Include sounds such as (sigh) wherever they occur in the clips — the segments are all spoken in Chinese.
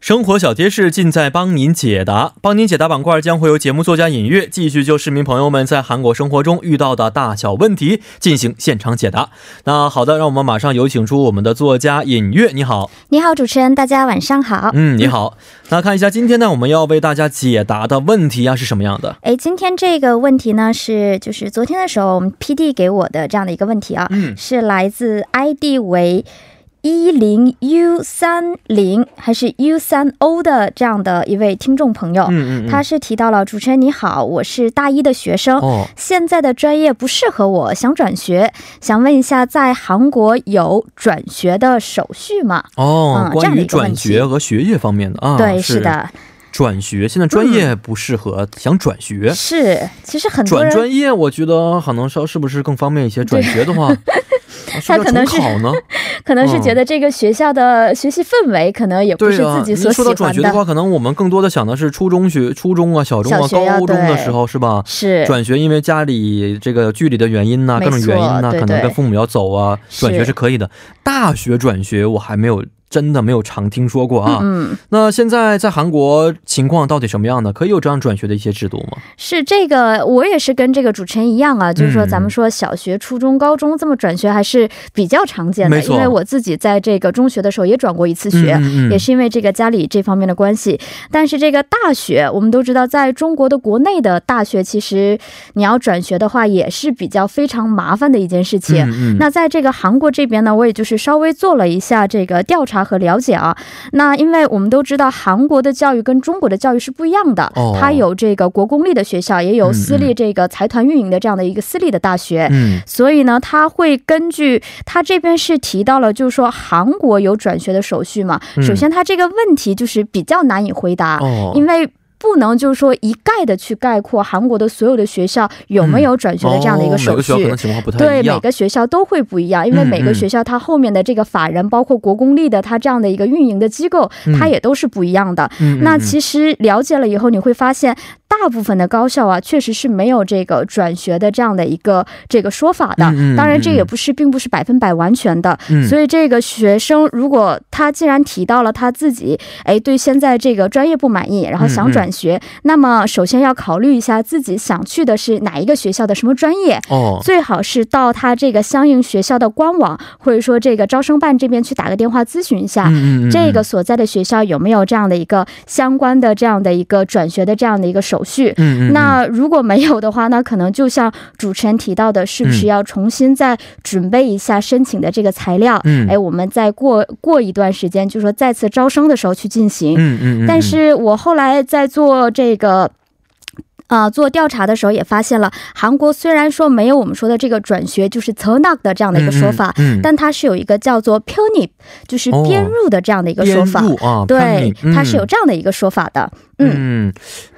生活小贴士尽在帮您解答，帮您解答板块将会由节目作家尹月继续就市民朋友们在韩国生活中遇到的大小问题进行现场解答。那好的，让我们马上有请出我们的作家尹月，你 (laughs) 好，你好，主持人，大家晚上好。嗯，你好。那看一下今天呢，我们要为大家解答的问题啊是什么样的？哎，今天这个问题呢是就是昨天的时候我们 P D 给我的这样的一个问题啊，嗯是来自 I D 为一零 U 三零还是 U 三 O 的这样的一位听众朋友，嗯他是提到了主持人你好，我是大一的学生。哦，现在的专业不适合我，想转学，想问一下，在韩国有转学的手续吗？哦，嗯这关样的于一个转问题学和学业方面的嗯啊，对，是，的，转学现在专业不适合，想转学。是。其实很多转人专业，我觉得可能稍是不是更方便一些？转学 (laughs) 的话，啊是他不可是要能重考呢？可能是觉得这个学校的学习氛围可能也嗯不对是啊自，己您所喜说到转欢学的话，可能我们更多的想的是初中学、初中啊、小中啊、小学啊高中的对时候是吧？是转学，因为家里这个距离的原因呐、没各错种原因呐、对可能对跟父母要走啊，是转学是可以的。大学转学我还没有，真的没有常听说过啊。嗯，那现在在韩国情况到底什么样呢？可以有这样转学的一些制度吗？是这个，我也是跟这个主持人一样嗯啊，就是说咱们说小学、初中、高中这么转学还是比较常见没的，错因为我自己在这个中学的时候也转过一次学。嗯嗯也是因为这个家里这方面的关系，但是这个大学，我们都知道，在中国的国内的大学，其实你要转学的话，也是比较非常麻烦的一件事情。嗯嗯那在这个韩国这边呢，我也就是稍微做了一下这个调查和了解啊。那因为我们都知道，韩国的教育跟中国的教育是不一样的，哦它有这个国公立的学校，也有私嗯立这个财团运营的这样的一个私立的大学。嗯所以呢，他会根据他这边是提到了，就是说韩国有转学的手续嘛。嗯首先，他这个问题就是比较难以回答，哦，因为不能就是说一概的去概括韩国的所有的学校有没有转学的这样的一哦个手每个续。学校可能情况不太对一样每。个学校都会不一样，因为嗯每个嗯学校它后面的这个法人，包括国公立的它这样的一个运营的机构，嗯它也都是不一样的。嗯嗯那嗯其实了解了以后，你会发现，大部分的高校啊，确实是没有这个转学的这样的一个这个说法的。嗯嗯当然，这也嗯不是并不是百分百完全的。嗯所以，这个学生如果他既然提到了他自己，哎，对现在这个专业不满意，然后嗯想嗯转学，那么首先要考虑一下自己想去的是哪一个学校的什么专业。哦，最好是到他这个相应学校的官网，或者说这个招生办这边去打个电话咨询一下，嗯嗯嗯啊这个所在的学校有没有这样的一个相关的这样的一个转学的这样的一个手续。嗯嗯嗯那如果没有的话，那可能就像主持人提到的，是不嗯是要重新再准备一下申请的这个材料？嗯哎，我们再过过一段时间，就说再次招生的时候去进行。嗯嗯嗯，但是我后来在做这个。呃，做调查的时候也发现了，韩国虽然说没有我们说的这个转学，就是 t e n a k 的这样的一个说法，嗯嗯嗯但它是有一个叫做 punip，就是哦编入的这样的一个说法。编入啊，对，它是有这这样的一个说法的。嗯，嗯，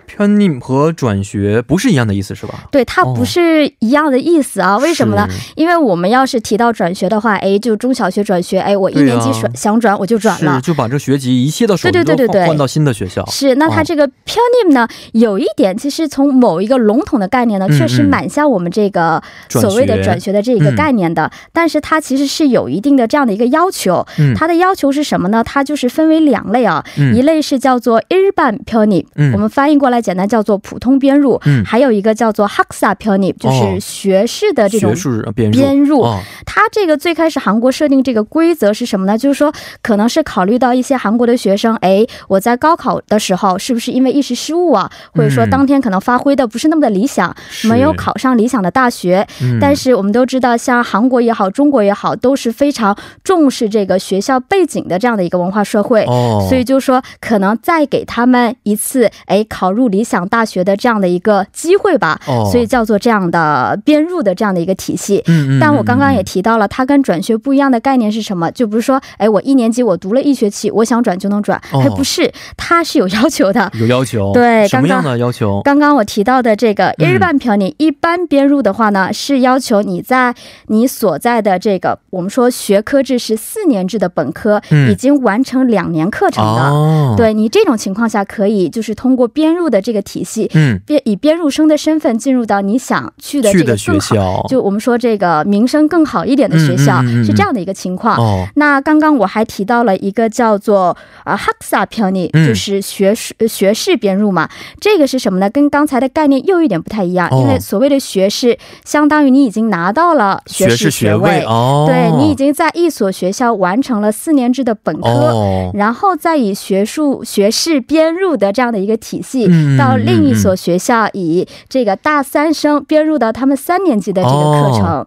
偏逆和转学不是一样的意思是吧？对，它哦不是一样的意思啊？为什么呢？因为我们要是提到转学的话，哎，就中小学转学，哎，我一对年级啊转、想转我就转了是，就把这学籍一切的手续对对对都对对换到新的学校。是，那它哦这个 p u n i m 呢，有一点其实从某一个笼统的概念呢，嗯确实嗯蛮像我们这个所谓的转转学学的这个嗯概念的，但是它其实是有一定的这样的一个要求。嗯它的要求是什么呢？它就是分为两类啊，嗯一类是叫做 일반 p u n i 嗯我们翻译过来简单叫做普通编入，嗯还有一个叫做 학사 p u n i 就哦是学士的这种学术编入编入，哦它这个最开始韩国设定这个规则是什么呢？就是说，可能是考虑到一些韩国的学生，哎，我在高考的时候是不是因为一时失误啊，或者说嗯当天可能发挥的不是那么的理想，是没有考上理想的大学。嗯但是我们都知道，像韩国也好，中国也好，都是非常重视这个学校背景的这样的一个文化社会。哦，所以就说，可能再给他们一次，哎，考入理想大学的这样的一个机会吧。哦所以叫做这样的编入的这样的一个体系。嗯嗯，但我刚刚也提到了，它跟转学不一样的概念是什么？就不是说，哎，我一年级我读了一学期，我想转就能转，哦嗯还不是，它是有要求的。有要求，对什么样刚的要求？刚刚我提到的这个嗯日半票，你一般编入的话呢，是要求你在你所在的这个我们说学科制是四年制的本科，嗯已经完成两年课程的。哦，对你这种情况下，可以就是通过编入的这个体系，嗯，编以编入生的身份进入到你想去的去这的个学更好，校就我们说这个名声更好一点的学校、哦嗯嗯嗯嗯是这样的一个情况。哦，那刚刚我还提到了一个叫做呃 Haksa p i o n i 嗯就是学士呃学士编入嘛，这个是什么呢？跟刚才的概念又有一点不太一样，哦因为所谓的学士，相当于你已经拿到了士士学学位哦，对你已经在一所学校完成了四年制的本科。哦，然后再以学术学士编入的这样的一个体系，嗯到另一所学校以这个大三生编入到他们三年级的这个哦课程。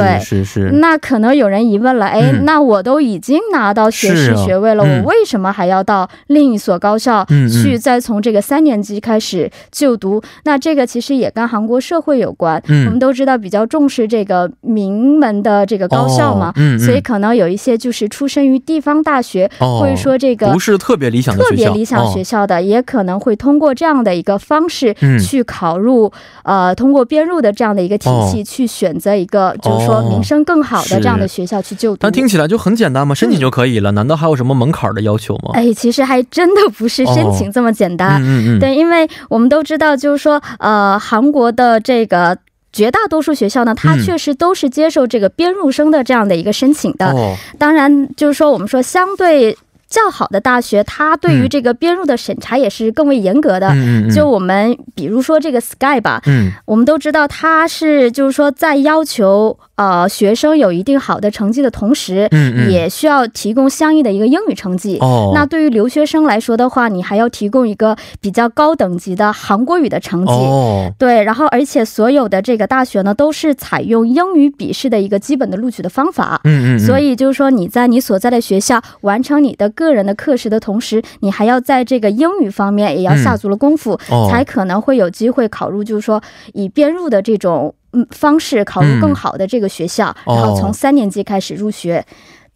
对是是是，那可能有人疑问了，哎嗯，那我都已经拿到学是士啊学位了，嗯我为什么还要到另一所高校嗯嗯去再从这个三年级开始就读？那这个其实也跟韩国社会有关。嗯我们都知道比较重视这个名门的这个高校嘛哦，嗯嗯所以可能有一些就是出身于地方大学，哦或者说这个不是特别理想的特学校，别理想学哦、校的，也可能会通过这样的一个方式嗯去考入，呃，通过编入的这样的一个体系去选择一个，就是说哦名声更好是的这样的学校去就读。但听起来就很简单嘛，申请就可以了，难道还有什么门槛的要求吗？嗯哎，其实还真的不是申请这么简单。哦嗯嗯嗯，对，因为我们都知道，就是说，呃，韩国的这个绝大多数学校呢，它嗯确实都是接受这个编入生的这样的一个申请的。哦，当然，就是说我们说相对较好的大学，它对于嗯这个编入的审查也是更为严格的。嗯嗯嗯，就我们比如说这个 Sky 吧，嗯我们都知道它是就是说在要求呃学生有一定好的成绩的同时，嗯嗯，也需要提供相应的一个英语成绩。哦，那对于留学生来说的话，你还要提供一个比较高等级的韩国语的成绩。哦，对，然后而且所有的这个大学呢，都是采用英语笔试的一个基本的录取的方法。嗯嗯，嗯所以就是说，你在你所在的学校完成你的个人的课时的同时，你还要在这个英语方面也要下足了功夫，哦才可能会有机会考入，就是说以编入的这种嗯方式考入更好的这个学校，嗯然后从三年级开始入学。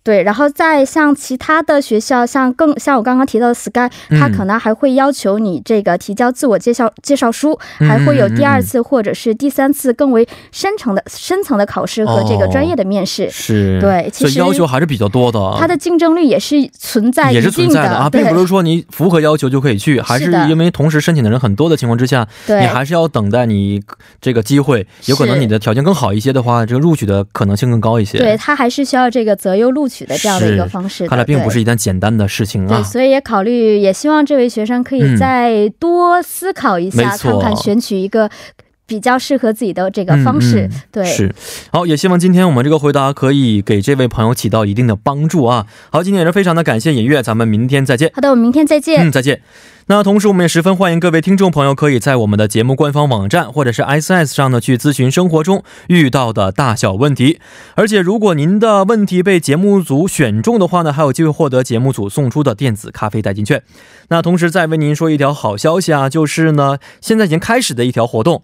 对，然后再像其他的学校，像更像我刚刚提到的 Sky，嗯它可能还会要求你这个提交自我介绍介绍书，嗯还会有第二次或者是第三次更为深层的深层的考试和这个专业的面试。哦是，对其所以实要求还是比较多的。啊它的竞争率也是存在一也定是存在的啊，并对不是说你符合要求就可以去，还是是的因为同时申请的人很多的情况之下，对你还是要等待你这个机会，有可能是你的条件更好一些的话，这个录取的可能性更高一些。对，它还是需要这个择优录取的这样的一个是方式的看来并不对是一件简单的事情对，啊。所以也考虑，也希望这位学生可以嗯再多思考一没下，错看看选取一个比较适合自己的这个方式。嗯嗯对，是，好，也希望今天我们这个回答可以给这位朋友起到一定的帮助啊。好，今天也是非常的感谢尹月，咱们明天再见。好的，我们明天再见。嗯，再见。那同时，我们也十分欢迎各位听众朋友可以在我们的节目官方网站或者是 S S 上呢去咨询生活中遇到的大小问题。而且，如果您的问题被节目组选中的话呢，还有机会获得节目组送出的电子咖啡代金券。那同时再为您说一条好消息啊，就是呢，现在已经开始的一条活动。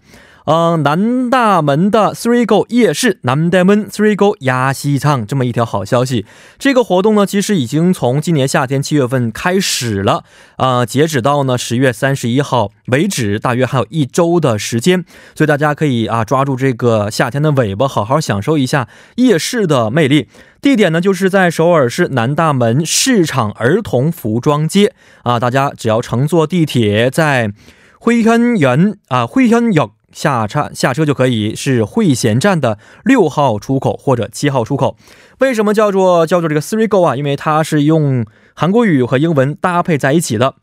嗯，南大门的 Three Go 夜市，南大门 Three Go 亚西唱这么一条好消息。这个活动呢，其实已经从今年夏天七月份开始了，啊、截止到呢十月三十一号为止，大约还有一周的时间，所以大家可以啊抓住这个夏天的尾巴，好好享受一下夜市的魅力。地点呢，就是在首尔市南大门市场儿童服装街啊，大家只要乘坐地铁在惠현园啊惠현역下车下车就可以，是惠贤站的六号出口或者七号出口。为什么叫做叫做这个 Three Go 啊？因为它是用韩国语和英文搭配在一起的，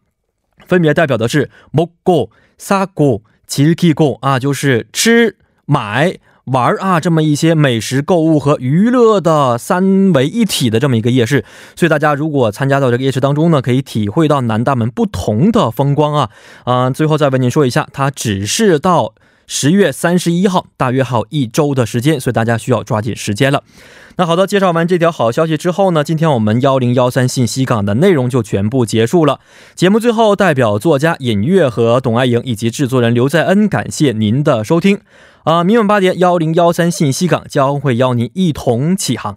分别代表的是 먹고、撒고、길 k 고啊，就是吃、买、玩儿啊这么一些美食、购物和娱乐的三为一体的这么一个夜市。所以大家如果参加到这个夜市当中呢，可以体会到南大门不同的风光啊。啊、最后再为您说一下，它只是到。十月三十一号，大约还有一周的时间，所以大家需要抓紧时间了。那好的，介绍完这条好消息之后呢，今天我们幺零幺三信息港的内容就全部结束了。节目最后，代表作家尹月和董爱颖以及制作人刘在恩，感谢您的收听。啊、明晚八点幺零幺三信息港将会邀您一同起航。